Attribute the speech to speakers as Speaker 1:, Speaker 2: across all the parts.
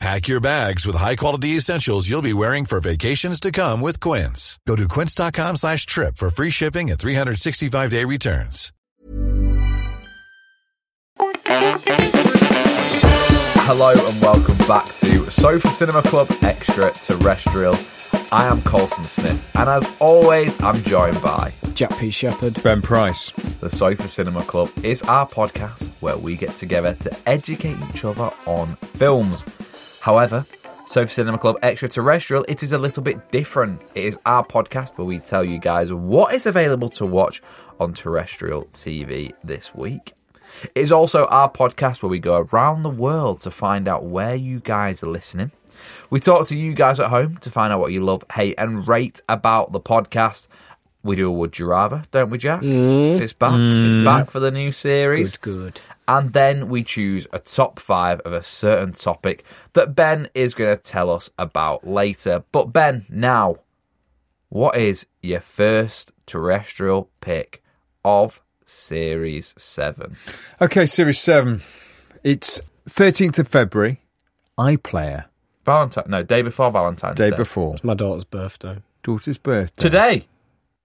Speaker 1: Pack your bags with high-quality essentials you'll be wearing for vacations to come with Quince. Go to quince.com slash trip for free shipping and 365-day returns.
Speaker 2: Hello and welcome back to Sofa Cinema Club Extra Terrestrial. I am Colson Smith, and as always, I'm joined by
Speaker 3: Jack P. Shepherd.
Speaker 4: Ben Price.
Speaker 2: the Sofa Cinema Club. Is our podcast where we get together to educate each other on films. However, Sofa Cinema Club Extraterrestrial, it is a little bit different. It is our podcast where we tell you guys what is available to watch on terrestrial TV this week. It is also our podcast where we go around the world to find out where you guys are listening. We talk to you guys at home to find out what you love, hate, and rate about the podcast. We do a Would You Rather, don't we, Jack? It's back. It's back for the new series.
Speaker 3: Good, good.
Speaker 2: And then we choose a top five of a certain topic that Ben is going to tell us about later. But, Ben, now, what is your first terrestrial pick of Series 7?
Speaker 4: Okay, Series 7. It's 13th of February, iPlayer,
Speaker 2: Valentine? No, day before Valentine's Day.
Speaker 4: day before.
Speaker 3: It's my daughter's birthday.
Speaker 4: Daughter's birthday.
Speaker 2: Today.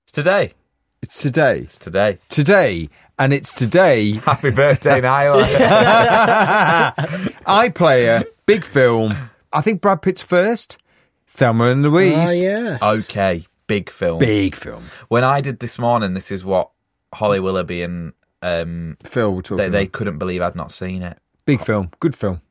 Speaker 2: It's today.
Speaker 4: It's today.
Speaker 2: It's today.
Speaker 4: Today. And it's today,
Speaker 2: Happy birthday, Nyla.
Speaker 4: iPlayer, big film. I think Brad Pitt's first. Thelma and Louise.
Speaker 3: Ah, yes.
Speaker 2: Okay, big film.
Speaker 4: Big film.
Speaker 2: When I did this morning, this is what Holly Willoughby and um,
Speaker 4: Phil, we're talking
Speaker 2: they, they
Speaker 4: about.
Speaker 2: couldn't believe I'd not seen it.
Speaker 4: Big film. Good film.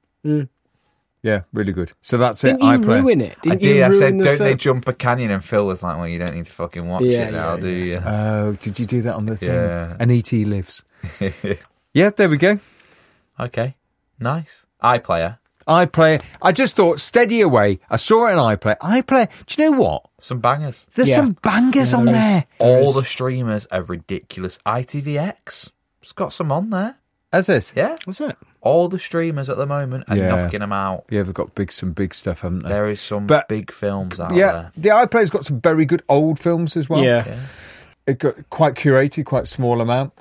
Speaker 4: Yeah, really good. So that's
Speaker 3: Didn't
Speaker 4: it.
Speaker 3: you
Speaker 4: iPlayer.
Speaker 3: ruin it?
Speaker 2: I
Speaker 3: Didn't
Speaker 2: did.
Speaker 3: you
Speaker 2: I
Speaker 3: ruin
Speaker 2: said,
Speaker 3: the
Speaker 2: don't they
Speaker 3: film?
Speaker 2: jump a canyon? And Phil was like, well, you don't need to fucking watch
Speaker 3: Yeah,
Speaker 2: it now,
Speaker 3: yeah,
Speaker 2: do you?
Speaker 4: Oh, did you do that on the thing?
Speaker 2: Yeah.
Speaker 4: And E.T. lives. yeah, there we go.
Speaker 2: Okay. Nice. iPlayer.
Speaker 4: iPlayer. I just thought steady away. I saw it on iPlayer. iPlayer. Do you know what?
Speaker 2: Some bangers.
Speaker 4: There's
Speaker 3: Yeah.
Speaker 4: some bangers on
Speaker 3: there is.
Speaker 4: there.
Speaker 2: All the streamers are ridiculous. ITVX. It's got some on there.
Speaker 4: Has it?
Speaker 2: Yeah.
Speaker 3: What's it?
Speaker 2: All the streamers at the moment are
Speaker 4: Yeah.
Speaker 2: knocking them out.
Speaker 4: Yeah, they've got big some big stuff, haven't they?
Speaker 2: There is some
Speaker 4: But-
Speaker 2: big films out
Speaker 4: yeah,
Speaker 2: there.
Speaker 4: the iPlayer's got some very good old films as well.
Speaker 3: yeah.
Speaker 4: it got quite curated, quite small amount.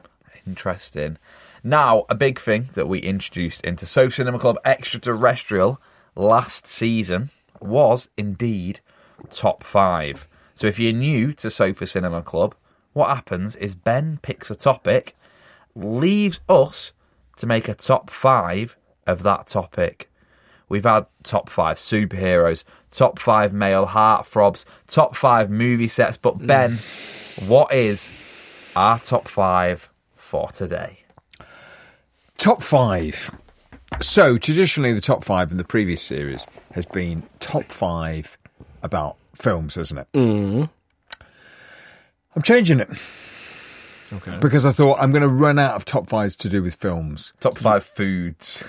Speaker 2: Interesting. Now, a big thing that we introduced into So Cinema Club Extraterrestrial last season was indeed top five. So if you're new to Sofa Cinema Club, what happens is Ben picks a topic, leaves us to make a top five of that topic. We've had top five superheroes, top five male heartthrobs, top five movie sets. But Ben, what is our top five for today.
Speaker 4: Top five. So traditionally, the top five in the previous series has been top five about films, hasn't it? Mm.
Speaker 3: Mm-hmm.
Speaker 4: I'm changing it
Speaker 3: Okay.
Speaker 4: because I thought I'm going to run out of top fives to do with films.
Speaker 2: Top five foods.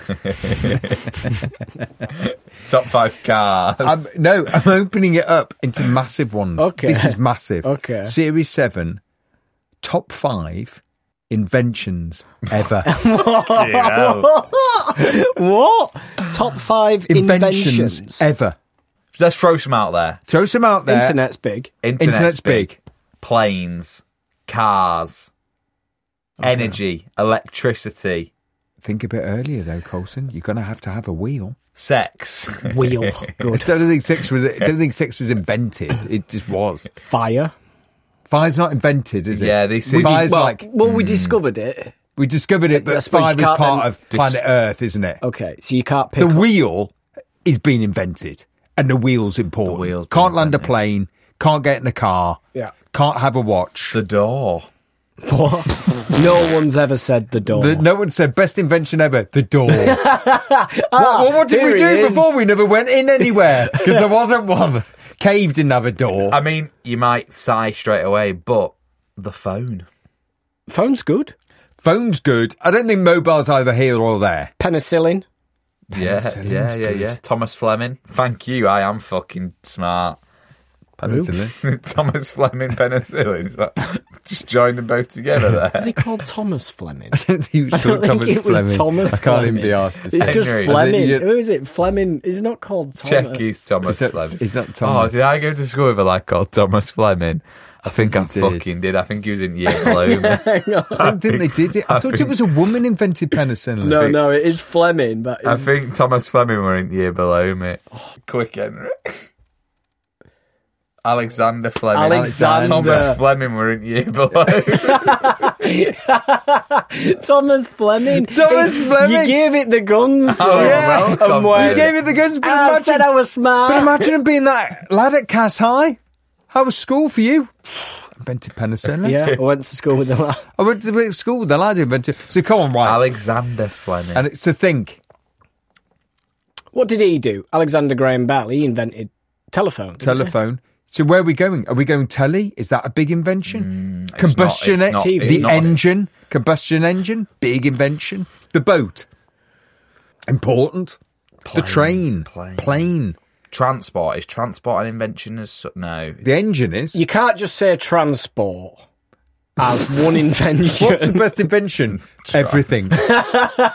Speaker 2: top five cars.
Speaker 4: I'm, no, I'm opening it up into massive ones.
Speaker 3: Okay.
Speaker 4: This is massive.
Speaker 3: Okay.
Speaker 4: Series 7, top five inventions ever.
Speaker 3: what? Top five inventions.
Speaker 4: ever.
Speaker 2: Let's throw some out there.
Speaker 4: Throw some out there.
Speaker 3: Internet's big.
Speaker 2: Internet's,
Speaker 4: Internet's big.
Speaker 2: Planes, cars, energy, electricity,
Speaker 4: Think a bit earlier, though, Colson. You're going to have to have a wheel.
Speaker 2: sex,
Speaker 3: Wheel.
Speaker 4: I
Speaker 3: Good.
Speaker 4: don't think sex was, I don't think sex was invented. It just was.
Speaker 3: Fire.
Speaker 4: Fire's not invented, is it?
Speaker 2: Yeah, they say-
Speaker 4: Fire's
Speaker 2: Well-
Speaker 4: like,
Speaker 3: Well, we discovered it.
Speaker 4: we discovered it,
Speaker 3: I
Speaker 4: but
Speaker 3: suppose you
Speaker 4: fire is
Speaker 3: can't
Speaker 4: part
Speaker 3: then-
Speaker 4: of planet Earth, isn't it?
Speaker 3: Okay, so you can't pick
Speaker 4: the
Speaker 3: up-
Speaker 4: wheel is being invented, and the wheel's important.
Speaker 2: The wheel's
Speaker 4: can't
Speaker 2: been
Speaker 4: land a
Speaker 2: invented.
Speaker 4: plane, can't get in a car,
Speaker 3: Yeah.
Speaker 4: can't have a watch.
Speaker 2: the door.
Speaker 3: no one's ever said the door.
Speaker 4: The- no one said best invention ever. The door. what, what- what did
Speaker 3: Ah, here
Speaker 4: we
Speaker 3: it
Speaker 4: do
Speaker 3: is.
Speaker 4: before? We never went in anywhere because there wasn't one. Cave didn't have a door.
Speaker 3: Uh,
Speaker 2: I mean, you might sigh straight away, but the phone.
Speaker 3: Phone's good.
Speaker 4: Phone's good. I don't think mobile's either here or there.
Speaker 3: Penicillin.
Speaker 2: Yeah, yeah,
Speaker 4: Penicillin's
Speaker 2: yeah,
Speaker 4: good.
Speaker 2: yeah. Thomas Fleming. Thank you. I am fucking smart.
Speaker 4: Penicillin.
Speaker 2: Thomas Fleming penicillin. Is that- just join them both together
Speaker 3: Is
Speaker 2: there.
Speaker 3: he called Thomas Fleming? I
Speaker 4: He was
Speaker 3: don't
Speaker 4: called
Speaker 3: think
Speaker 4: Thomas
Speaker 3: it was
Speaker 4: Fleming.
Speaker 3: Thomas.
Speaker 4: I can't even
Speaker 3: Fleming.
Speaker 4: be asked. to
Speaker 3: It's
Speaker 4: say.
Speaker 3: just
Speaker 2: Henry.
Speaker 3: Fleming.
Speaker 4: You-
Speaker 3: Who is it? Fleming. He's not called Thomas.
Speaker 2: Check he's Thomas
Speaker 4: Is that-
Speaker 2: Fleming.
Speaker 4: is that Thomas?
Speaker 2: Oh, did I go to school with a lad called Thomas Fleming? I think I
Speaker 4: think you did.
Speaker 2: fucking did. I think he was in year below me.
Speaker 3: Hang on.
Speaker 4: I don't think they did it. I,
Speaker 2: I
Speaker 4: thought it
Speaker 2: think-
Speaker 4: was a woman invented penicillin.
Speaker 3: No, no, it is Fleming, but
Speaker 2: I
Speaker 3: it's-
Speaker 2: think Thomas Fleming were in year below me.
Speaker 4: Oh,
Speaker 2: Quick, Henry. Alexander Fleming.
Speaker 3: Alexander.
Speaker 2: Thomas Fleming were in year below. me.
Speaker 3: Thomas Fleming.
Speaker 4: Thomas Fleming.
Speaker 3: You gave it the guns.
Speaker 2: Oh,
Speaker 3: though.
Speaker 2: yeah. welcome.
Speaker 3: And when-
Speaker 2: You
Speaker 4: gave it the guns, but
Speaker 3: I
Speaker 4: imagine-
Speaker 3: said I was smart.
Speaker 4: But imagine him being that lad at Cass High. How was school for you? Invented penicillin.
Speaker 3: yeah, I went to school with the lad.
Speaker 4: I went to bit of school with the lad who invented. So come on, right?
Speaker 2: Alexander Fleming.
Speaker 4: And it's to think.
Speaker 3: What did he do? Alexander Graham Bell. He invented telephone. didn't he?
Speaker 4: telephone. So where are we going? Are we going telly? Is that a big invention?
Speaker 2: not- Mm, it's
Speaker 4: combustion en-
Speaker 3: not- it's
Speaker 4: the
Speaker 2: not.
Speaker 4: engine, combustion engine, big invention. The boat, important. the train,
Speaker 2: plane.
Speaker 4: plane.
Speaker 2: transport. Is transport an invention as su- No.
Speaker 4: The engine is.
Speaker 3: You can't just say transport as one invention.
Speaker 4: What's the best invention? Everything,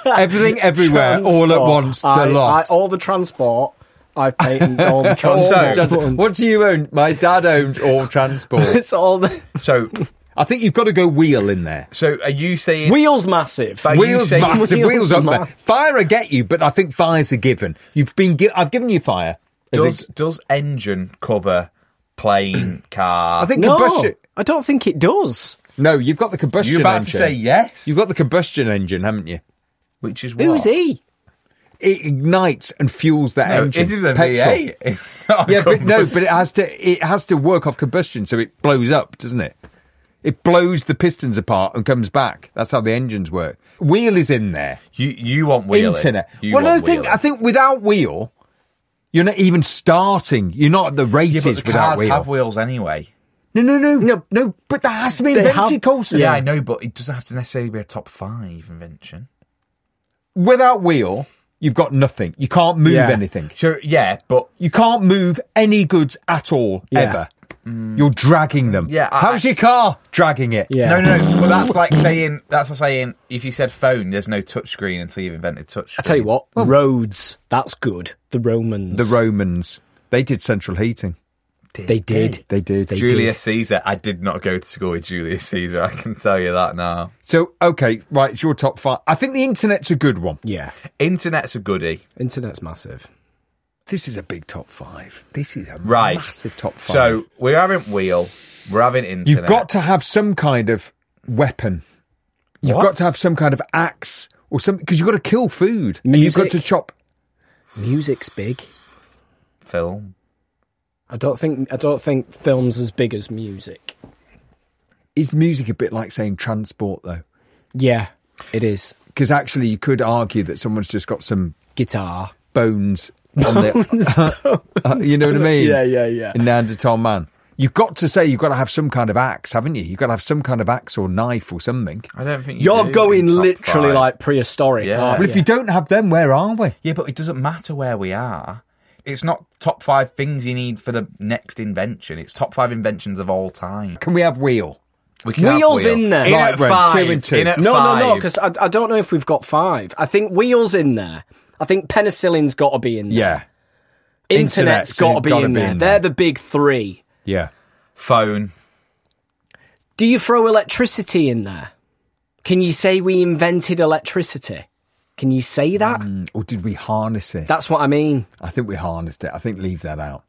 Speaker 4: everything, everywhere, all at
Speaker 3: Transport.
Speaker 4: once. The
Speaker 3: I-
Speaker 4: lot.
Speaker 3: I- all the transport. I've patented all the
Speaker 4: So,
Speaker 3: transport. buttons.
Speaker 4: what do you own? My dad owned all transport.
Speaker 3: It's all the
Speaker 2: So,
Speaker 4: I think you've got to go wheel in there.
Speaker 2: so are you saying?
Speaker 3: wheels massive.
Speaker 2: But- Are you
Speaker 4: Wheels
Speaker 2: saying-
Speaker 4: massive, wheels,
Speaker 3: Wheels
Speaker 4: up there.
Speaker 3: massive.
Speaker 4: Fire will get you, but I think fire's a given. You've been, gi- I've given you fire. As
Speaker 2: does
Speaker 4: a-
Speaker 2: does engine cover plane car?
Speaker 4: I think
Speaker 3: no,
Speaker 4: combustion.
Speaker 3: Oh, I don't think it does.
Speaker 4: No, you've got the combustion.
Speaker 2: you're about
Speaker 4: engine.
Speaker 2: to say yes.
Speaker 4: You've got the combustion engine, haven't you?
Speaker 2: which is what?
Speaker 3: Who's he?
Speaker 4: It ignites and fuels that
Speaker 2: No, it
Speaker 4: engine.
Speaker 2: is a
Speaker 4: Petrol.
Speaker 2: V8. It's not. a
Speaker 4: Yeah, but no,
Speaker 2: combustion.
Speaker 4: but it has to. It has to work off combustion, so it blows up, doesn't it? It blows the pistons apart and comes back. That's how the engines work. Wheel is in there.
Speaker 2: you you want wheeling?
Speaker 4: internet.
Speaker 2: You
Speaker 4: well, no, I
Speaker 2: want
Speaker 4: think
Speaker 2: wheeling.
Speaker 4: I think without wheel, you're not even starting. You're not at the
Speaker 2: Yeah,
Speaker 4: races
Speaker 2: but the
Speaker 4: without
Speaker 2: cars
Speaker 4: wheel.
Speaker 2: have wheels anyway.
Speaker 4: no, no, no, no, no. But that has to be
Speaker 3: They
Speaker 4: invented,
Speaker 3: have-
Speaker 4: Coulson.
Speaker 2: Yeah, I know, but it doesn't have to necessarily be a top five invention.
Speaker 4: Without wheel, you've got nothing. You can't move
Speaker 3: Yeah.
Speaker 4: anything.
Speaker 2: Sure, yeah, but
Speaker 4: You can't move any goods at all
Speaker 3: Yeah.
Speaker 4: ever. You're dragging them.
Speaker 2: Mm. Yeah, I-
Speaker 4: How's your car dragging it?
Speaker 3: Yeah.
Speaker 2: no, no, no. Well, that's like saying that's like saying if you said phone, there's no touchscreen until you've invented touchscreen.
Speaker 3: I tell you what, roads. That's good. The Romans.
Speaker 4: The Romans. They did central heating.
Speaker 3: They did.
Speaker 4: They did.
Speaker 3: They
Speaker 2: Julius
Speaker 3: did.
Speaker 2: Caesar. I did not go to school with Julius Caesar. I can tell you that now.
Speaker 4: So okay, right. It's your top five. I think the internet's a good one.
Speaker 3: Yeah.
Speaker 2: Internet's a goodie,
Speaker 3: Internet's massive.
Speaker 4: This is a big top five. This is a
Speaker 2: right?
Speaker 4: massive top five.
Speaker 2: So we're having wheel. We're having internet.
Speaker 4: You've got to have some kind of weapon. You've
Speaker 2: What?
Speaker 4: got to have some kind of axe or something because you've got to kill food. And you've got
Speaker 3: Music.
Speaker 4: to chop.
Speaker 3: Music's big.
Speaker 2: film.
Speaker 3: I don't think I don't think films as big as music.
Speaker 4: Is music a bit like saying transport though?
Speaker 3: Yeah, it is.
Speaker 4: Because actually, you could argue that someone's just got some
Speaker 3: Guitar.
Speaker 4: bones on the. you know what I mean?
Speaker 3: Yeah, yeah, yeah.
Speaker 4: A Neanderthal man. You've got to say you've got to have some kind of axe, haven't you? You've got to have some kind of axe or knife or something.
Speaker 2: I don't think you
Speaker 3: You're
Speaker 2: do
Speaker 3: going
Speaker 2: in top
Speaker 3: literally
Speaker 2: five.
Speaker 3: like prehistoric.
Speaker 2: Yeah.
Speaker 3: aren't
Speaker 4: Well, if you don't have them, where are we?
Speaker 2: yeah, but it doesn't matter where we are. It's not top five things you need for the next invention. It's top five inventions of all time.
Speaker 4: Can we have wheel?
Speaker 2: We can have
Speaker 3: Wheels
Speaker 2: wheel.
Speaker 3: in there.
Speaker 2: In
Speaker 4: Right,
Speaker 2: at
Speaker 4: right,
Speaker 2: five.
Speaker 4: two and two.
Speaker 2: In at
Speaker 3: no,
Speaker 2: five.
Speaker 3: no, no, because I, I don't know if we've got five. I think wheels in there. I think penicillin's got to be in there.
Speaker 4: Yeah,
Speaker 3: Internet's
Speaker 4: internet's
Speaker 3: got to be
Speaker 4: gotta
Speaker 3: in
Speaker 4: be
Speaker 3: there.
Speaker 4: in
Speaker 3: They're
Speaker 4: there.
Speaker 3: the big three.
Speaker 4: yeah.
Speaker 2: phone.
Speaker 3: Do you throw electricity in there? Can you say we invented electricity? Can you say that?
Speaker 2: Mm.
Speaker 4: Mm, Or did we harness it?
Speaker 3: That's what I mean.
Speaker 4: I think we harnessed it. I think leave that out.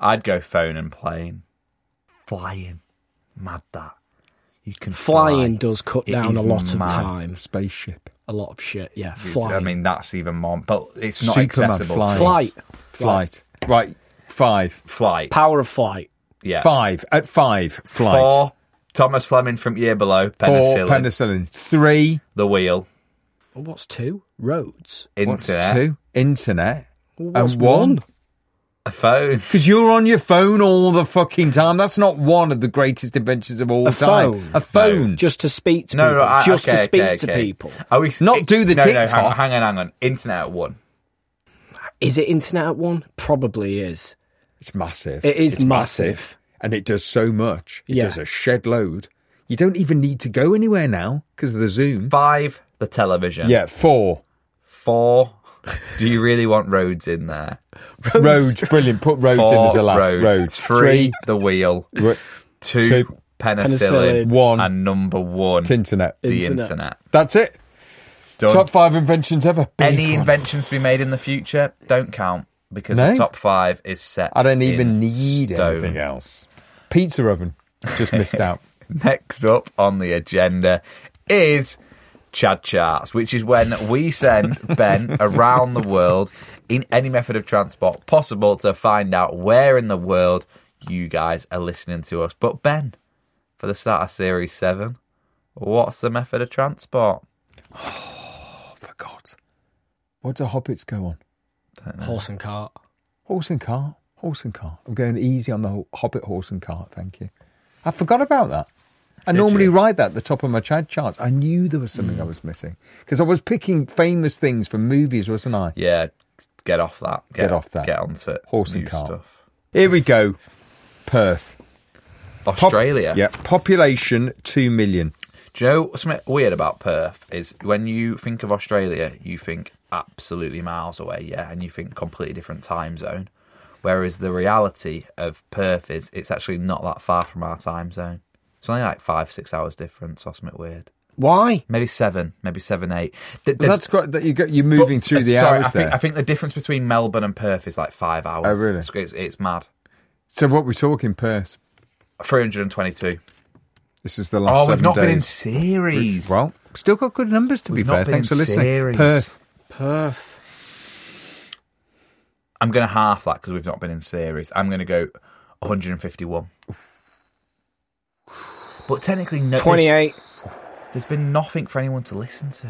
Speaker 2: I'd go phone and plane. Flying. Mad that. You can
Speaker 3: Flying
Speaker 2: fly.
Speaker 3: does cut
Speaker 2: It
Speaker 3: down
Speaker 2: is
Speaker 3: a lot
Speaker 2: mad.
Speaker 3: of time.
Speaker 4: Spaceship.
Speaker 3: A lot of shit. Yeah,
Speaker 2: It's-
Speaker 3: flying.
Speaker 2: I mean, that's even more, but it's not
Speaker 4: Superman
Speaker 2: accessible.
Speaker 4: flying.
Speaker 3: flight,
Speaker 4: Flight. Right. Five.
Speaker 2: Flight.
Speaker 3: power of flight.
Speaker 2: Yeah.
Speaker 4: Five. At five. Flight.
Speaker 2: Four. Thomas Fleming from Year Below,
Speaker 4: Four,
Speaker 2: Penicillin,
Speaker 4: penicillin. Three,
Speaker 2: The Wheel,
Speaker 3: What's two? Roads.
Speaker 4: what's
Speaker 2: Internet,
Speaker 4: two? Internet.
Speaker 3: What's
Speaker 4: and one.
Speaker 2: a phone.
Speaker 4: Because you're on your phone all the fucking time. That's not one of the greatest inventions of all
Speaker 3: A
Speaker 4: time.
Speaker 3: phone.
Speaker 4: A phone.
Speaker 3: Just to speak to
Speaker 2: No,
Speaker 3: people.
Speaker 2: no, I,
Speaker 3: just
Speaker 2: okay,
Speaker 3: to speak
Speaker 2: okay,
Speaker 3: to
Speaker 2: okay.
Speaker 3: people.
Speaker 2: Are we,
Speaker 4: Not do the
Speaker 2: no, No, hang,
Speaker 4: TikTok.
Speaker 2: on, hang on, hang on. Internet at one.
Speaker 3: Is it internet at one? Probably is.
Speaker 4: It's massive.
Speaker 3: It is
Speaker 4: It's
Speaker 3: massive.
Speaker 4: And it does so much. It
Speaker 3: Yeah.
Speaker 4: does a shed load. You don't even need to go anywhere now because of the Zoom.
Speaker 2: Five, the television.
Speaker 4: Yeah, four.
Speaker 2: Four, do you really want roads in there?
Speaker 4: Roads. Brilliant. Put roads in
Speaker 2: Four,
Speaker 4: as a laugh.
Speaker 2: roads.
Speaker 4: Roads.
Speaker 2: Three, the wheel.
Speaker 4: Ro-
Speaker 2: Two,
Speaker 4: Two.
Speaker 2: penicillin.
Speaker 3: Penicillin.
Speaker 4: One.
Speaker 2: And number one,
Speaker 4: Internet.
Speaker 2: the
Speaker 3: Internet.
Speaker 2: internet.
Speaker 4: That's it.
Speaker 2: Done.
Speaker 4: Top five inventions ever. Big
Speaker 2: Any
Speaker 4: one.
Speaker 2: inventions to be made in the future don't count because
Speaker 4: No.
Speaker 2: the top five is set.
Speaker 4: I don't
Speaker 2: in
Speaker 4: even need
Speaker 2: stone.
Speaker 4: anything else. Pizza oven. Just missed out.
Speaker 2: Next up on the agenda is Chad Charts, which is when we send Ben around the world in any method of transport possible to find out where in the world you guys are listening to us. But Ben, for the start of Series 7, what's the method of transport? Oh,
Speaker 4: I forgot. What do hobbits go on?
Speaker 3: Horse and cart.
Speaker 4: Horse and cart. Horse and cart. I'm going easy on the ho- Hobbit horse and cart. Thank you. I forgot about that. I normally write that at the top of my Chad charts. I knew there was
Speaker 2: Hmm.
Speaker 4: something I was missing because I was picking famous things from movies, wasn't I?
Speaker 2: Yeah, get off that.
Speaker 4: Get off that.
Speaker 2: Get onto
Speaker 4: Horse and
Speaker 2: new
Speaker 4: cart.
Speaker 2: stuff.
Speaker 4: Here we go. Perth. Pop-
Speaker 2: Australia.
Speaker 4: yeah. Population 2 million.
Speaker 2: Do you know what's something weird about Perth is when you think of Australia, you think absolutely miles away, yeah, and you think completely different time zone. Whereas the reality of Perth is it's actually not that far from our time zone. It's only like five, six hours difference or something weird.
Speaker 3: Why?
Speaker 2: Maybe seven, maybe seven, eight. Th-
Speaker 4: But
Speaker 2: there's-
Speaker 4: that's quite that you go, you're moving
Speaker 2: but-
Speaker 4: through the
Speaker 2: sorry,
Speaker 4: hours
Speaker 2: I think,
Speaker 4: there.
Speaker 2: I think the difference between Melbourne and Perth is like five hours.
Speaker 4: Oh, really?
Speaker 2: It's, it's, it's mad.
Speaker 4: so what we're talking Perth.
Speaker 2: 322.
Speaker 4: This is the
Speaker 2: Oh,
Speaker 4: last.
Speaker 2: we've
Speaker 4: seven
Speaker 2: not been in
Speaker 4: days.
Speaker 2: series.
Speaker 4: Well, still got good numbers to
Speaker 2: We've
Speaker 4: be
Speaker 2: not
Speaker 4: fair.
Speaker 2: been
Speaker 4: Thanks for
Speaker 2: in
Speaker 4: listening.
Speaker 2: series.
Speaker 4: Perth.
Speaker 3: Perth.
Speaker 2: I'm going to half that because we've not been in series. I'm going to go 151. But technically, no, there's,
Speaker 3: 28.
Speaker 2: there's been nothing for anyone to listen to.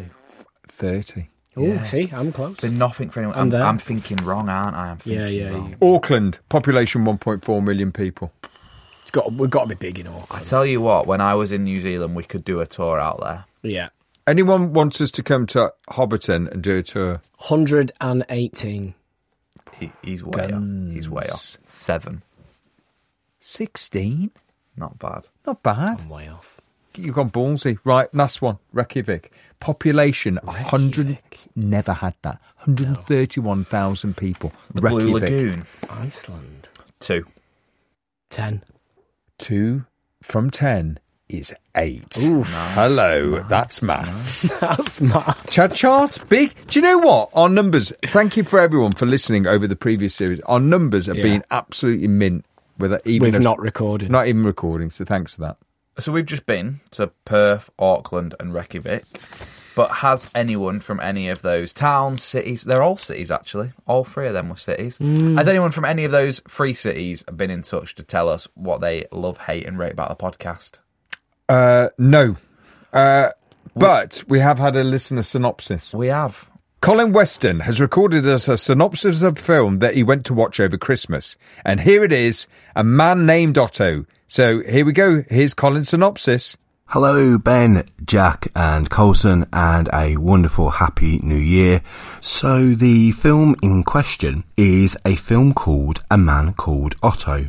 Speaker 4: Thirty.
Speaker 3: Oh, see, I'm close.
Speaker 2: There's been nothing for anyone.
Speaker 3: I'm
Speaker 2: I'm,
Speaker 3: there.
Speaker 2: I'm thinking wrong, aren't I? I'm thinking
Speaker 3: uh, Yeah, yeah,
Speaker 2: wrong.
Speaker 3: yeah.
Speaker 4: Auckland. Population 1.4 million people.
Speaker 3: It's got, we've got to be big in
Speaker 2: I
Speaker 3: Auckland.
Speaker 2: tell you what, when I was in New Zealand, we could do a tour out there.
Speaker 3: Yeah.
Speaker 4: Anyone wants us to come to Hobbiton and do a tour?
Speaker 3: 118.
Speaker 2: He, he's way off. He's way off.
Speaker 4: Guns.
Speaker 2: Seven.
Speaker 4: 16?
Speaker 2: Not bad.
Speaker 4: Not bad.
Speaker 3: I'm way off.
Speaker 4: You've gone ballsy. Right, last one. Reykjavik. Population, a 100. Never had that. 131,000 people.
Speaker 2: The
Speaker 4: Reykjavik.
Speaker 2: Blue Lagoon.
Speaker 3: Iceland.
Speaker 2: Two.
Speaker 3: 10.
Speaker 4: Two from 10 is eight. Hello, that's maths.
Speaker 3: That's mad.
Speaker 4: Chad charts big. Do you know what? Our numbers. Thank you for everyone for listening over the previous series. Our numbers have
Speaker 3: Yeah.
Speaker 4: been absolutely mint. With even
Speaker 3: We've
Speaker 4: us-
Speaker 3: not recorded.
Speaker 4: not even recording. So thanks for that.
Speaker 2: So we've just been to Perth, Auckland, and Reykjavik. But has anyone from any of those towns, cities? They're all cities, actually. All three of them were cities. Has anyone from any of those three cities been in touch to tell us what they love, hate, and rate about the podcast?
Speaker 4: Uh, no. Uh, but we have had a listener synopsis.
Speaker 2: We have.
Speaker 4: Colin Weston has recorded us a synopsis of a film that he went to watch over Christmas. And here it is A Man Named Otto. So here we go. Here's Colin's synopsis.
Speaker 5: Hello, Ben, Jack, and Colson, and a wonderful happy new year. So, the film in question is a film called A Man Called Otto,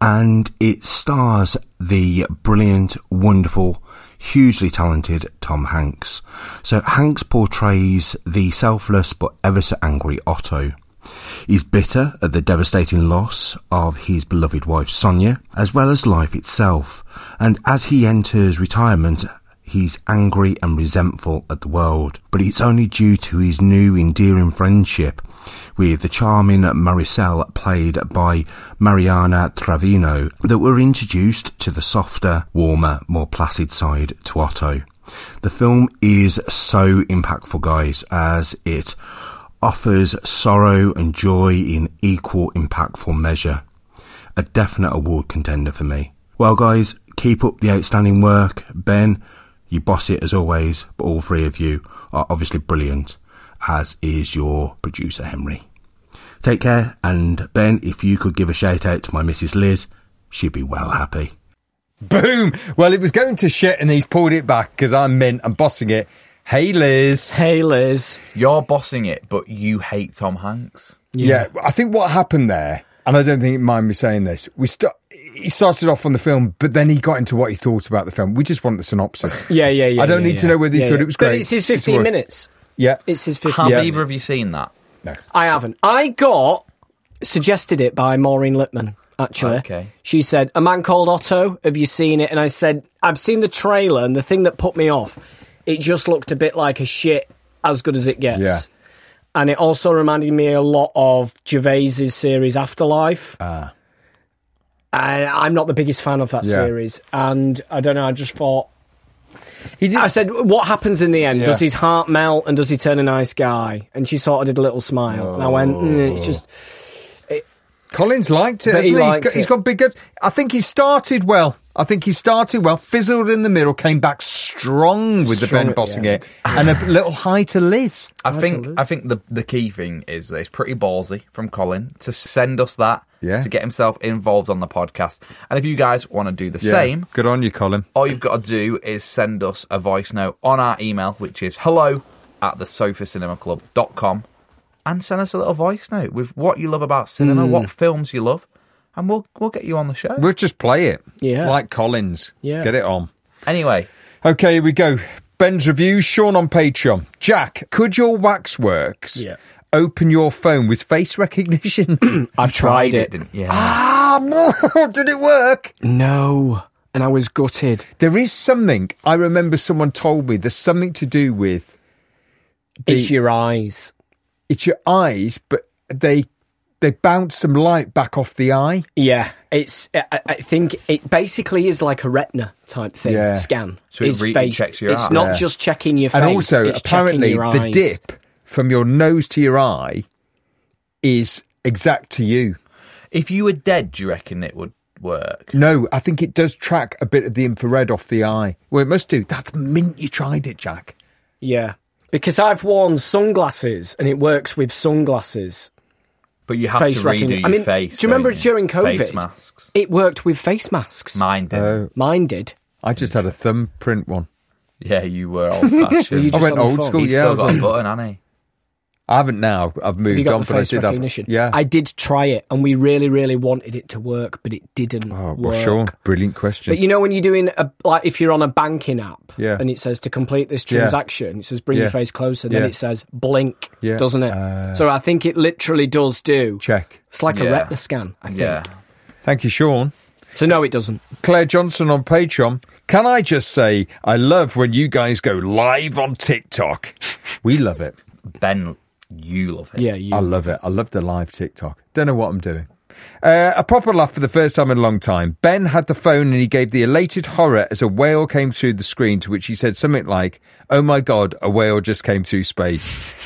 Speaker 5: and it stars the brilliant, wonderful, hugely talented Tom Hanks. So, Hanks portrays the selfless but ever so angry Otto. He's bitter at the devastating loss of his beloved wife Sonia, as well as life itself. And as he enters retirement, he's angry and resentful at the world. But it's only due to his new endearing friendship with the charming Maricel, played by Mariana Travino, that we're introduced to the softer, warmer, more placid side to Otto. The film is so impactful, guys, as it offers sorrow and joy in equal impactful measure. A definite award contender for me. Well, guys, Keep up the outstanding work, Ben. You boss it as always, but all three of you are obviously brilliant, as is your producer, Henry. Take care, and Ben, if you could give a shout out to my Mrs. Liz, she'd be well happy.
Speaker 4: Boom. Well, it was going to shit and he's pulled it back because I'm mint. I'm bossing it. Hey, Liz.
Speaker 3: Hey, Liz.
Speaker 2: You're bossing it, but you hate Tom Hanks.
Speaker 4: Yeah. I think what happened there, and I don't think he'd mind me saying this, we st- he started off on the film, but then he got into what he thought about the film. We just want the synopsis.
Speaker 3: Yeah, yeah, yeah.
Speaker 4: I don't
Speaker 3: yeah,
Speaker 4: need to
Speaker 3: yeah.
Speaker 4: know whether he
Speaker 3: Yeah,
Speaker 4: thought
Speaker 3: yeah.
Speaker 4: it was great.
Speaker 3: But it's his
Speaker 4: It's
Speaker 3: 15
Speaker 4: worth-
Speaker 3: minutes.
Speaker 4: Yeah.
Speaker 3: It's his 15
Speaker 2: Have
Speaker 4: Yeah.
Speaker 2: either of you seen that?
Speaker 3: I haven't. I got suggested it by Maureen Lipman, actually.
Speaker 2: Okay.
Speaker 3: She said, A Man Called Otto, have you seen it? And I said, I've seen the trailer, and the thing that put me off, it just looked a bit like a shit as good as it gets.
Speaker 4: Yeah.
Speaker 3: And it also reminded me a lot of Gervais's series Afterlife. I, I'm not the biggest fan of that
Speaker 4: Ah. Yeah.
Speaker 3: series. And I don't know, I just thought. I said, "What happens in the end?
Speaker 4: Yeah.
Speaker 3: Does his heart melt and does he turn a nice guy?" And she sort of did a little smile, and I went, mm, "It's just
Speaker 4: Collins liked it.
Speaker 3: But he
Speaker 4: hasn't he has
Speaker 3: likes
Speaker 4: got, he's
Speaker 3: it.
Speaker 4: got big guts. I think he started well. I think he started well, fizzled in the middle, came back strong with the
Speaker 3: Strong
Speaker 4: Ben
Speaker 3: at the
Speaker 4: bossing
Speaker 3: end.
Speaker 4: it, and a little high to Liz.
Speaker 2: I think I think the the key thing is that it's pretty ballsy from Colin to send us that
Speaker 4: Yeah.
Speaker 2: to get himself involved on the podcast. And if you guys want to do the same,
Speaker 4: Good on you, Colin.
Speaker 2: all you've got to do is send us a voice note on our email, which is hello at the sofacinemaclub.com and send us a little voice note with what you love about cinema,
Speaker 3: Hmm.
Speaker 2: what films you love, and we'll we'll get you on the show.
Speaker 4: We'll just play it.
Speaker 3: Yeah.
Speaker 4: Like Collins.
Speaker 3: Yeah.
Speaker 4: Get it on.
Speaker 2: Anyway,
Speaker 4: Okay, here we go. Ben's reviews, Sean on Patreon. Jack, could your waxworks
Speaker 3: Yeah.
Speaker 4: open your phone with face recognition?
Speaker 2: Oh.
Speaker 3: I've tried, it.
Speaker 2: didn't yeah.
Speaker 4: ah, did it work?
Speaker 3: No, and I was gutted.
Speaker 4: There is something I remember someone told me there's something to do with
Speaker 3: it's your eyes.
Speaker 4: it's your eyes, but they they bounce some light back off the eye.
Speaker 3: Yeah, it's. I, I- I think it basically is like a retina type thing
Speaker 4: Yeah.
Speaker 3: scan.
Speaker 2: So it
Speaker 3: It's
Speaker 2: re- it checks your
Speaker 3: It's
Speaker 2: eye.
Speaker 3: not
Speaker 4: Yeah.
Speaker 3: just checking your face.
Speaker 4: and also
Speaker 3: it's checking
Speaker 4: apparently
Speaker 3: your
Speaker 4: the
Speaker 3: eyes.
Speaker 4: dip from your nose to your eye is exact to you.
Speaker 2: If you were dead, do you reckon it would work?
Speaker 4: No, I think it does track a bit of the infrared off the eye. Well, it must do. That's mint. You tried it, Jack.
Speaker 3: Yeah, because I've worn sunglasses and it works with sunglasses.
Speaker 2: But you have
Speaker 3: Face
Speaker 2: to redo
Speaker 3: recogni-
Speaker 2: your
Speaker 3: I mean,
Speaker 2: face.
Speaker 3: do you remember
Speaker 2: don't
Speaker 3: during COVID?
Speaker 2: Face masks.
Speaker 3: It worked with face masks.
Speaker 2: Mine did.
Speaker 4: Oh.
Speaker 3: Mine did.
Speaker 4: I just had a thumbprint one.
Speaker 2: Yeah, you were old fashioned.
Speaker 3: you
Speaker 4: I
Speaker 3: just on
Speaker 4: went
Speaker 3: the
Speaker 4: old
Speaker 3: phone.
Speaker 4: school.
Speaker 2: He's
Speaker 4: yeah, I,
Speaker 2: still
Speaker 4: was
Speaker 2: got a
Speaker 4: on-
Speaker 2: button, hasn't he?
Speaker 4: I haven't now. I've moved
Speaker 3: Have you got
Speaker 4: on,
Speaker 3: the
Speaker 4: but I
Speaker 3: face
Speaker 4: did have.
Speaker 3: recognition?
Speaker 4: Yeah.
Speaker 3: I did try it, and we really, really wanted it to work, but it didn't.
Speaker 4: oh, well,
Speaker 3: work.
Speaker 4: Sean, brilliant question.
Speaker 3: But you know when you're doing a like if you're on a banking app,
Speaker 4: Yeah.
Speaker 3: and it says to complete this
Speaker 4: Yeah.
Speaker 3: transaction, it says bring
Speaker 4: Yeah.
Speaker 3: your face closer, then
Speaker 4: Yeah.
Speaker 3: it says blink,
Speaker 4: Yeah. Uh,
Speaker 3: doesn't it? so I think it literally does do.
Speaker 4: Check.
Speaker 3: It's like
Speaker 2: Yeah.
Speaker 3: a retina scan, I think.
Speaker 2: Yeah.
Speaker 4: Thank you, Sean.
Speaker 3: So no, it doesn't.
Speaker 4: Claire Johnson on Patreon. Can I just say, I love when you guys go live on TikTok. We love it.
Speaker 2: Ben, you love it.
Speaker 3: Yeah, you.
Speaker 4: I love it. I love the live TikTok. Don't know what I'm doing. Uh, a proper laugh for the first time in a long time. Ben had the phone and he gave the elated horror as a whale came through the screen, to which he said something like, Oh my God, a whale just came through space.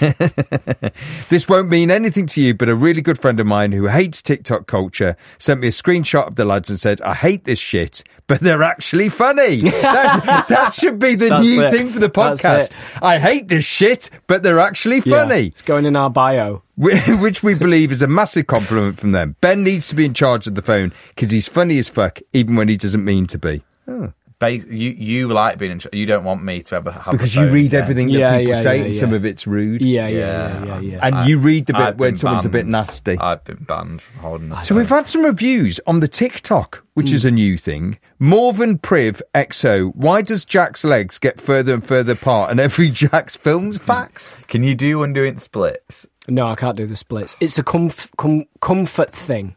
Speaker 4: this won't mean anything to you, but a really good friend of mine who hates TikTok culture sent me a screenshot of the lads and said, I hate this shit, but they're actually funny. That's, that should be the
Speaker 3: That's
Speaker 4: new
Speaker 3: it.
Speaker 4: thing for the
Speaker 3: That's
Speaker 4: podcast.
Speaker 3: it.
Speaker 4: I hate this shit, but they're actually
Speaker 3: Yeah.
Speaker 4: funny
Speaker 3: It's going in our bio.
Speaker 4: wh- which we believe is a massive compliment from them. Ben needs to be in charge of the phone because he's funny as fuck, even when he doesn't mean to be.
Speaker 2: Ba- you you like being in charge. You don't want me to ever have
Speaker 4: Because
Speaker 2: a
Speaker 4: you
Speaker 2: phone
Speaker 4: read
Speaker 2: again.
Speaker 4: everything
Speaker 3: Yeah,
Speaker 4: that people
Speaker 3: yeah,
Speaker 4: say,
Speaker 3: yeah,
Speaker 4: and
Speaker 3: yeah.
Speaker 4: some of it's rude.
Speaker 3: Yeah, yeah, yeah, yeah, yeah.
Speaker 4: and you read the bit
Speaker 2: I've
Speaker 4: when
Speaker 2: been
Speaker 4: someone's a bit
Speaker 2: banned.
Speaker 4: nasty.
Speaker 2: I've been banned from holding a
Speaker 4: so
Speaker 2: phone.
Speaker 4: we've had some reviews on the TikTok, which is a new thing. Morven Priv XO. Why does Jack's legs get further and further apart? And every Jack's films facts.
Speaker 2: Can you do one doing splits?
Speaker 3: No, I can't do the splits. It's a comf- com- comfort thing.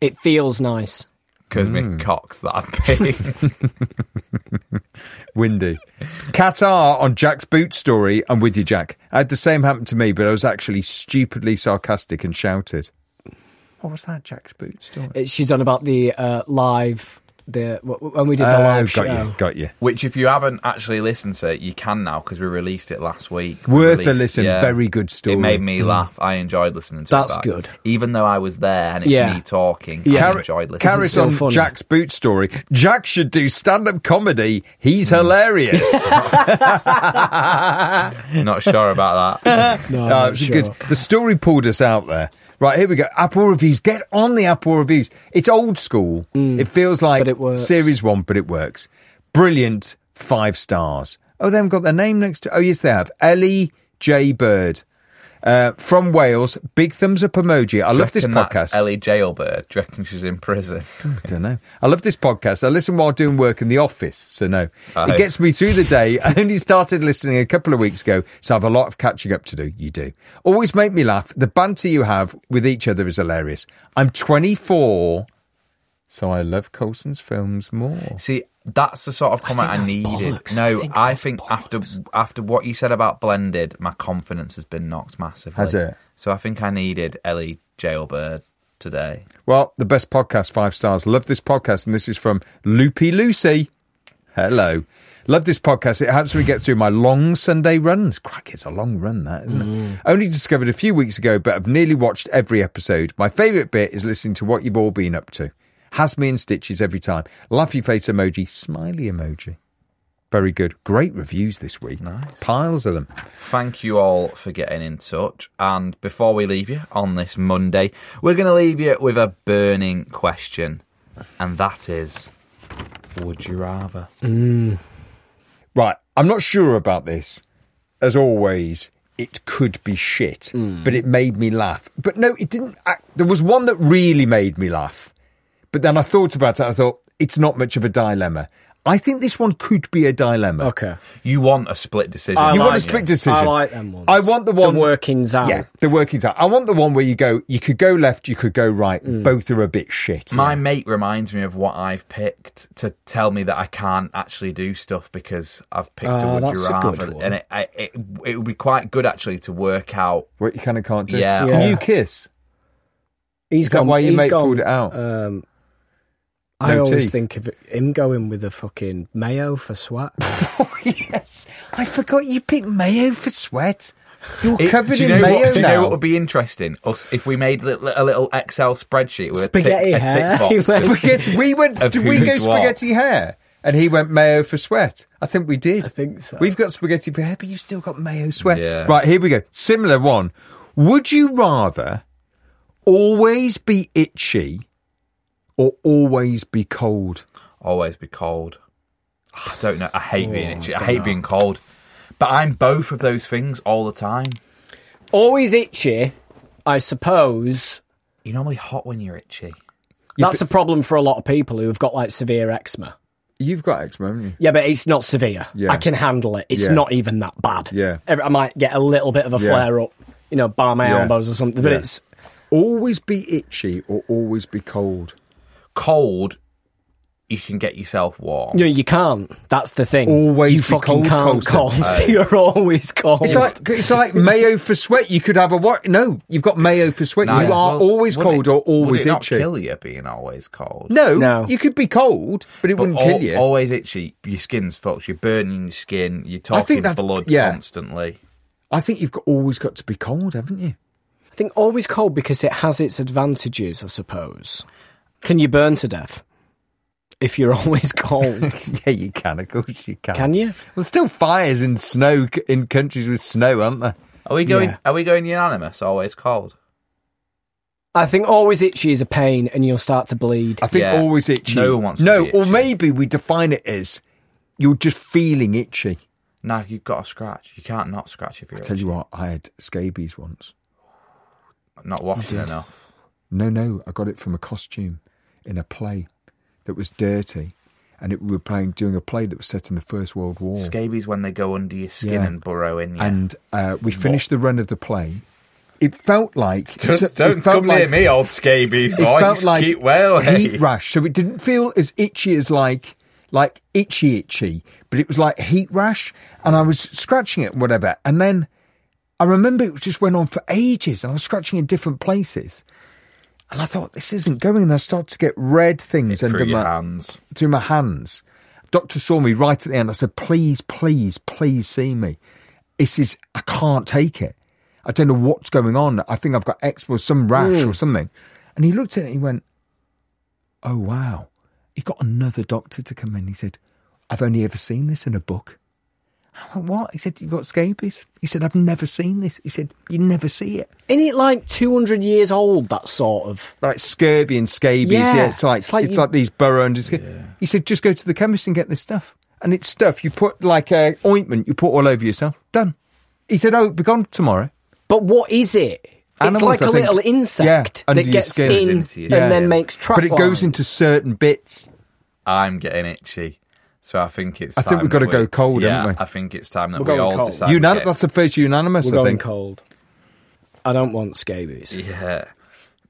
Speaker 3: It feels nice.
Speaker 2: Because
Speaker 4: Hmm.
Speaker 2: my cock's that big.
Speaker 4: Windy. Qatar on Jack's boot story. I'm with you, Jack. I had the same happen to me, but I was actually stupidly sarcastic and shouted. What was that Jack's boot story?
Speaker 3: It- She's on about the uh, live the wh- when we did the
Speaker 4: Oh,
Speaker 3: live
Speaker 4: got
Speaker 3: show.
Speaker 4: you, got you.
Speaker 2: Which, if you haven't actually listened to, you can now because we released it last week. We
Speaker 4: Worth a
Speaker 2: released-
Speaker 4: listen, very good story. Hmm.
Speaker 2: It made me laugh. I enjoyed listening to
Speaker 3: That's
Speaker 2: it. back.
Speaker 3: good.
Speaker 2: Even though I was there and it's
Speaker 3: Yeah.
Speaker 2: me talking,
Speaker 3: Yeah.
Speaker 2: I
Speaker 4: Car-
Speaker 2: enjoyed listening.
Speaker 4: carries
Speaker 3: so
Speaker 4: on
Speaker 3: funny.
Speaker 4: Jack's boot story. Jack should do stand up comedy. He's
Speaker 3: Hmm.
Speaker 4: hilarious.
Speaker 2: Not sure about that.
Speaker 3: No,
Speaker 4: Oh,
Speaker 3: I'm
Speaker 4: it was
Speaker 3: sure.
Speaker 4: good. The story pulled us out there. Right, here we go. Apple reviews. Get on the Apple reviews. It's old school. It feels like
Speaker 3: Mm. But it works.
Speaker 4: series one, but it works. Brilliant. Five stars. Oh, they haven't got their name next to. Oh, yes, they have. Ellie J Bird uh, from Wales. Big thumbs up emoji. I
Speaker 2: Do you
Speaker 4: love this
Speaker 2: reckon that's
Speaker 4: podcast.
Speaker 2: Ellie Jailbird. Do you reckon she's in prison?
Speaker 4: I don't know. I love this podcast. I listen while doing work in the office, so no.
Speaker 2: Aye.
Speaker 4: It gets me through the day. I only started listening a couple of weeks ago, so I have a lot of catching up to do. You do. Always make me laugh. The banter you have with each other is hilarious. I'm 24, so I love Colson's films more.
Speaker 2: See, that's the sort of comment I,
Speaker 3: that's
Speaker 2: needed.
Speaker 3: bollocks.
Speaker 2: No,
Speaker 3: I
Speaker 2: I
Speaker 3: think
Speaker 2: think,
Speaker 3: that's
Speaker 2: after after what you said about blended, my confidence has been knocked massively.
Speaker 4: Has it?
Speaker 2: So I think I needed Ellie Jailbird today.
Speaker 4: Well, the best podcast, five stars. Love this podcast. And this is from Loopy Lucy. Hello. Love this podcast. It helps me get through my long Sunday runs. Crack, it's a long run, that, isn't it? Only discovered a few weeks ago, but I've nearly watched every episode. My favourite bit is listening to what you've all been up to. Has me in stitches every time. Laughy face emoji, smiley emoji. Very good. Great reviews this week. Nice. Piles of them.
Speaker 2: Thank you all for getting in touch. And before we leave you on this Monday, we're going to leave you with a burning question, and that is: Would you rather?
Speaker 4: Right, I'm not sure about this. As always, it could be shit,
Speaker 3: Hmm.
Speaker 4: but it made me laugh. But no, it didn't. I, there was one that really made me laugh. But then I thought about it. I thought it's not much of a dilemma. I think this one could be a dilemma.
Speaker 3: Okay.
Speaker 2: You want a split decision?
Speaker 3: I
Speaker 4: You want
Speaker 3: like
Speaker 4: a
Speaker 3: it.
Speaker 4: split decision?
Speaker 3: I like them ones.
Speaker 4: I want the
Speaker 3: The
Speaker 4: one
Speaker 3: workings out.
Speaker 4: Yeah, the workings out. I want the one where you go. You could go left. You could go right.
Speaker 3: Hmm.
Speaker 4: Both are a bit shit.
Speaker 2: My mate reminds me of what I've picked to tell me that I can't actually do stuff because I've picked
Speaker 3: Ah,
Speaker 2: a would
Speaker 3: that's
Speaker 2: you
Speaker 3: a good
Speaker 2: rather,
Speaker 3: one.
Speaker 2: and it, I, it it would be quite good actually to work out.
Speaker 4: what you kind of can't do.
Speaker 2: Yeah.
Speaker 4: Can
Speaker 3: Yeah.
Speaker 4: you kiss?
Speaker 3: He's
Speaker 4: Is that
Speaker 3: gone.
Speaker 4: why your
Speaker 3: he's
Speaker 4: mate
Speaker 3: gone,
Speaker 4: pulled it out?
Speaker 3: Um, I
Speaker 4: No
Speaker 3: always
Speaker 4: teeth.
Speaker 3: think of him going with a fucking mayo for sweat.
Speaker 4: Oh yes, I forgot you picked mayo for sweat. You're
Speaker 2: It-
Speaker 4: covered
Speaker 2: do you
Speaker 4: in
Speaker 2: know
Speaker 4: mayo
Speaker 2: what, Do you
Speaker 4: now.
Speaker 2: know what would be interesting? Us if we made li- li- a little Excel spreadsheet with
Speaker 3: Spaghetti
Speaker 2: a tick,
Speaker 3: hair.
Speaker 2: A tick box of-
Speaker 4: spaghetti. We went.
Speaker 2: Of
Speaker 4: Did we go
Speaker 2: who's what.
Speaker 4: spaghetti hair? And he went mayo for sweat. I think we did. I
Speaker 3: think so.
Speaker 4: We've got spaghetti for hair, but you still got mayo sweat.
Speaker 2: Yeah.
Speaker 4: Right here we go. Similar one. Would you rather always be itchy or always be cold?
Speaker 2: always be cold. Ah, I don't know. I hate
Speaker 4: Oh,
Speaker 2: being itchy. I hate being cold. But I'm both of those things all the time.
Speaker 3: always itchy, I suppose.
Speaker 2: You're normally hot when you're itchy.
Speaker 3: That's a problem for a lot of people who have got like severe eczema.
Speaker 4: You've got eczema, haven't you?
Speaker 3: Yeah, but it's not severe.
Speaker 4: Yeah.
Speaker 3: I can handle it. It's
Speaker 4: Yeah.
Speaker 3: not even that bad.
Speaker 4: Yeah.
Speaker 3: Every- I might get a little bit of a
Speaker 4: Yeah.
Speaker 3: flare up, you know, bar my
Speaker 4: Yeah.
Speaker 3: elbows or something, but
Speaker 4: Yeah.
Speaker 3: it's
Speaker 4: Always be itchy or always be cold?
Speaker 2: Cold, you can get yourself warm.
Speaker 3: No, you can't. That's the thing.
Speaker 4: Always
Speaker 3: you
Speaker 4: be
Speaker 3: fucking
Speaker 4: cold,
Speaker 3: can't
Speaker 4: Colson.
Speaker 3: cold. You're always cold.
Speaker 4: It's like it's like mayo for sweat. You could have a what? No, you've got mayo for sweat.
Speaker 2: Nah,
Speaker 4: you
Speaker 2: yeah.
Speaker 4: are
Speaker 2: Well,
Speaker 4: always
Speaker 2: would it-
Speaker 4: cold or always
Speaker 2: would it not
Speaker 4: itchy.
Speaker 2: kill you being always cold.
Speaker 4: No,
Speaker 3: No.
Speaker 4: you could be cold, but it
Speaker 2: But
Speaker 4: wouldn't
Speaker 2: al-
Speaker 4: kill you.
Speaker 2: Always itchy. Your skin's fucked. You're burning your skin. You're
Speaker 4: I think
Speaker 2: talking
Speaker 4: that's-
Speaker 2: blood
Speaker 4: yeah.
Speaker 2: constantly.
Speaker 4: I think you've got, always got to be cold, haven't you?
Speaker 3: I think always cold because it has its advantages, I suppose. Can you burn to death if you're always cold?
Speaker 4: yeah, you can. Of course, you
Speaker 3: Can you?
Speaker 4: There's still fires in snow c- in countries with snow, aren't there?
Speaker 2: Are we going?
Speaker 3: Yeah.
Speaker 2: Are we going unanimous? Always cold.
Speaker 3: I think always itchy is a pain and you'll start to bleed.
Speaker 4: I think
Speaker 2: Yeah.
Speaker 4: always itchy.
Speaker 2: No one wants to
Speaker 4: No,
Speaker 2: be
Speaker 4: or
Speaker 2: itchy.
Speaker 4: maybe we define it as you're just feeling itchy.
Speaker 2: Nah, you've got to scratch. You can't not scratch if you're
Speaker 4: I tell you what, I had scabies once.
Speaker 2: not washing enough.
Speaker 4: No, no, I got it from a costume in a play that was dirty, and it, we were playing doing a play that was set in the First World War.
Speaker 2: Scabies when they go under your skin
Speaker 4: Oh. Yeah.
Speaker 2: and burrow in you.
Speaker 4: And uh, we finished the run of the play. It felt like so- it felt like-
Speaker 2: old scabies
Speaker 4: It felt like
Speaker 2: eh?
Speaker 4: heat rash, so it didn't feel as itchy as like like itchy itchy, but it was like heat rash, and I was scratching it, whatever, and then I remember it just went on for ages, and I was scratching in different places, And I thought, this isn't going. And I started to get red things under
Speaker 2: through your
Speaker 4: my
Speaker 2: hands.
Speaker 4: through my hands. Doctor saw me right at the end. I said, please, please, please see me. This is, I can't take it. I don't know what's going on. I think I've got X or some rash or something. And he looked at it and he went, oh, wow. He got another doctor to come in. He said, I've only ever seen this in a book. I went, what? He said, you've got scabies. He said, I've never seen this. He said, you never see it.
Speaker 3: Isn't it like 200 years old, that sort of?
Speaker 4: Like scurvy and scabies. Yeah,
Speaker 3: Yeah.
Speaker 4: it's like it's
Speaker 3: It's
Speaker 4: like,
Speaker 3: like you-
Speaker 4: these burrow under skin. He said, just go to the chemist and get this stuff. And it's stuff you put like uh, ointment you put all over yourself. Done. He said, oh, be gone tomorrow.
Speaker 3: But what is it?
Speaker 4: Animals,
Speaker 3: it's like
Speaker 4: I
Speaker 3: a
Speaker 4: think.
Speaker 3: little
Speaker 4: Yeah,
Speaker 3: insect
Speaker 4: under
Speaker 3: that
Speaker 4: your
Speaker 3: gets
Speaker 4: skin.
Speaker 3: in and
Speaker 2: Into your skin.
Speaker 3: then makes track
Speaker 4: but it
Speaker 3: lines.
Speaker 4: goes into certain bits.
Speaker 2: I'm getting itchy. So I think it's.
Speaker 4: I think
Speaker 2: time
Speaker 4: we've gotta
Speaker 2: that
Speaker 4: go
Speaker 2: we-
Speaker 4: cold,
Speaker 2: yeah,
Speaker 4: haven't we?
Speaker 2: I think it's time that
Speaker 3: We're
Speaker 2: we
Speaker 3: going
Speaker 2: all
Speaker 3: cold.
Speaker 2: decide. we
Speaker 4: Unanim-
Speaker 2: get-
Speaker 4: That's the first unanimous,
Speaker 3: We're
Speaker 4: I
Speaker 3: going
Speaker 4: think.
Speaker 3: cold. I don't want scabies.
Speaker 2: Yeah.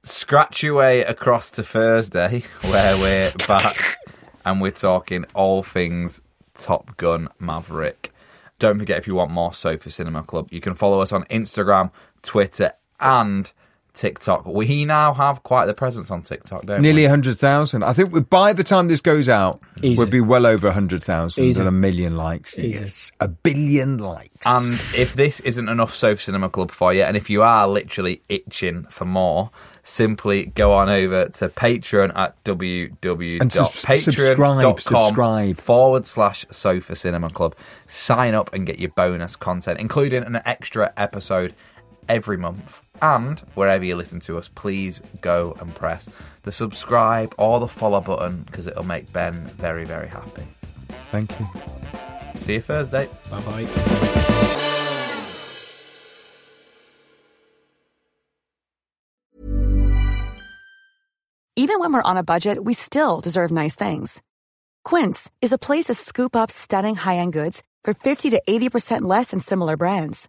Speaker 2: Scratch your way across to Thursday, where we're back and we're talking all things Top Gun Maverick. Don't forget, if you want more Sofa Cinema Club, you can follow us on Instagram, Twitter, and TikTok. We now have quite the presence on TikTok, don't
Speaker 4: Nearly
Speaker 2: we?
Speaker 4: 100,000. I think we, by the time this goes out,
Speaker 3: Easy.
Speaker 4: we'll be well over 100,000
Speaker 3: Easy.
Speaker 4: and a million likes.
Speaker 3: Easy. Um,
Speaker 4: Yes, A billion likes.
Speaker 2: And if this isn't enough Sofa Cinema Club for you, and if you are literally itching for more, simply go on over to Patreon at
Speaker 4: And subs- subscribe,
Speaker 2: www.patreon.com
Speaker 4: subscribe.
Speaker 2: forward slash Sofa Cinema Club. Sign up and get your bonus content, including an extra episode every month. And wherever you listen to us, please go and press the subscribe or the follow button because it'll make Ben very, very happy.
Speaker 4: Thank you.
Speaker 2: See you Thursday.
Speaker 3: Bye bye.
Speaker 6: Even when we're on a budget, we still deserve nice things. Quince is a place to scoop up stunning high-end goods for 50 to 80% less than similar brands.